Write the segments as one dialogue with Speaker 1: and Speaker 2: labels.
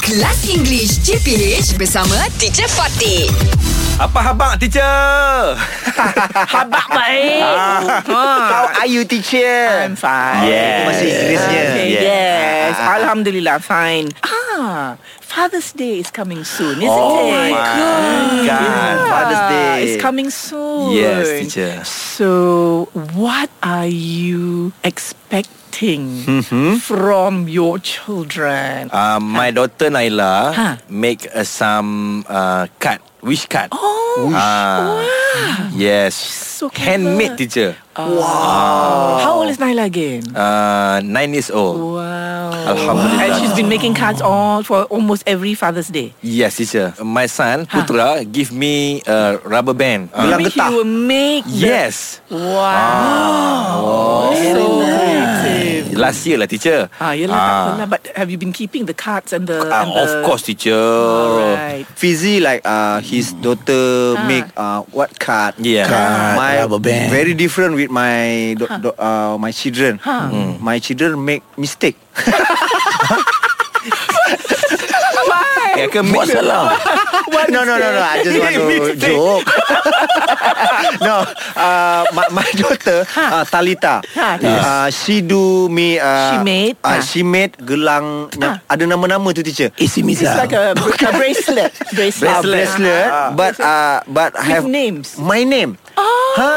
Speaker 1: Kelas English CPH bersama Teacher Fatih.
Speaker 2: Apa habak teacher?
Speaker 3: Habak baik.
Speaker 4: How
Speaker 3: Ah.
Speaker 4: are you teacher?
Speaker 3: I'm fine.
Speaker 4: Yeah. Itu bahasa Inggerisnya.
Speaker 3: Okay,
Speaker 4: Yeah.
Speaker 3: Yes.
Speaker 4: Ah.
Speaker 3: Alhamdulillah fine. Ah, Father's Day is coming soon, isn't
Speaker 4: Oh
Speaker 3: it?
Speaker 4: my God. Father's Day.
Speaker 3: It's coming soon.
Speaker 4: Yes, teacher.
Speaker 3: So, what are you expecting from your children?
Speaker 2: Uh, my daughter Naila
Speaker 3: Ha.
Speaker 2: make uh, some uh, card. Wish card.
Speaker 3: Oh,
Speaker 2: Ah. Yes.
Speaker 3: So clever.
Speaker 2: Handmade teacher.
Speaker 3: wow. How old is Naila again?
Speaker 2: Uh, nine years old.
Speaker 3: Wow.
Speaker 2: Alhamdulillah.
Speaker 3: And she's been making cards all for almost every Father's Day.
Speaker 2: Yes, teacher. My son Putra give me a rubber band.
Speaker 3: You
Speaker 2: Uh,
Speaker 3: mean
Speaker 4: getah.
Speaker 3: Ha. he will make the-
Speaker 2: yes.
Speaker 3: Wow. Oh, So creative.
Speaker 2: Last year lah teacher.
Speaker 3: Ah, yelah tak apalah. But have you been keeping the cards and the...
Speaker 2: Ah,
Speaker 3: and
Speaker 2: of
Speaker 3: the-
Speaker 2: course teacher.
Speaker 3: Alright.
Speaker 4: Fizi like uh, his daughter
Speaker 3: Ah.
Speaker 4: make uh, what card?
Speaker 2: Yeah. Card,
Speaker 4: my
Speaker 5: rubber band.
Speaker 4: very different with my do, do, uh, my children.
Speaker 3: Huh.
Speaker 4: My children make mistake.
Speaker 2: They can make
Speaker 5: Buat salah
Speaker 4: no, no, no, no. I just want to joke. no, uh, my, my daughter uh, Talita.
Speaker 3: Ha, Talita.
Speaker 4: Uh, she do me. Uh,
Speaker 3: She made,
Speaker 4: Uh,
Speaker 3: ha.
Speaker 4: She made gelang. yang Ada nama-nama tu teacher.
Speaker 5: Isi
Speaker 3: It's
Speaker 5: misal
Speaker 3: like a, a bracelet. Bracelet.
Speaker 4: Uh, bracelet, but uh, but
Speaker 3: With
Speaker 4: have
Speaker 3: names.
Speaker 4: My name.
Speaker 3: Oh,
Speaker 4: Ha.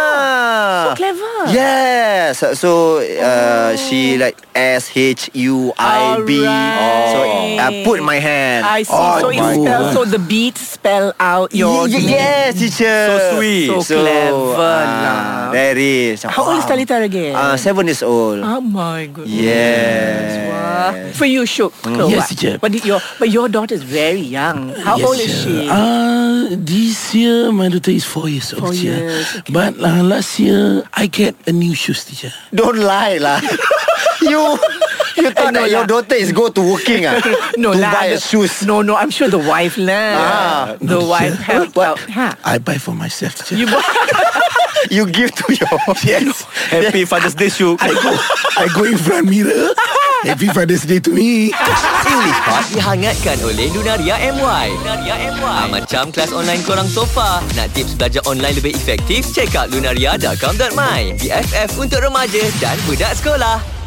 Speaker 3: so clever.
Speaker 4: Yes. So
Speaker 3: Oh.
Speaker 4: uh, she like S H U I B.
Speaker 3: Alright.
Speaker 4: So I put my hand.
Speaker 3: I see.
Speaker 5: Oh,
Speaker 3: so it
Speaker 5: my
Speaker 3: spells,
Speaker 5: God.
Speaker 3: so the beats spell out your
Speaker 4: Ye- ye-
Speaker 3: name.
Speaker 4: yes, teacher. ah,
Speaker 2: So sweet.
Speaker 3: So, clever lah.
Speaker 4: There is.
Speaker 3: How old is Talita again?
Speaker 4: Uh, seven years old.
Speaker 3: Oh my goodness.
Speaker 4: Yes.
Speaker 3: Wah. For you, Shuk. So what?
Speaker 5: Yes, teacher.
Speaker 3: But did your but your daughter is very young. How
Speaker 5: Yes,
Speaker 3: old is she?
Speaker 5: yeah. Uh, this year my daughter is four years old.
Speaker 3: Four
Speaker 5: yeah.
Speaker 3: years, okay.
Speaker 5: But uh, last year I get a new shoes, teacher.
Speaker 4: Don't lie lah. you you thought that your daughter is go to working ah?
Speaker 3: Eh, no,
Speaker 4: to
Speaker 3: lah,
Speaker 4: buy a
Speaker 3: the-
Speaker 4: shoes.
Speaker 3: No, no, I'm sure the wife lah.
Speaker 4: Ah.
Speaker 3: the wife helped out. Huh?
Speaker 5: I buy for myself, teacher.
Speaker 3: You bought
Speaker 4: You give to your yes.
Speaker 2: Happy Father's Day Syuk.
Speaker 5: I go in front mirror. Happy Father's Day to me.
Speaker 6: English Hot dihangatkan oleh Lunaria MY. Lunaria MY. Ha, macam kelas online korang sofa. Nak tips belajar online lebih efektif? Check out lunaria.com.my. BFF untuk remaja dan budak sekolah.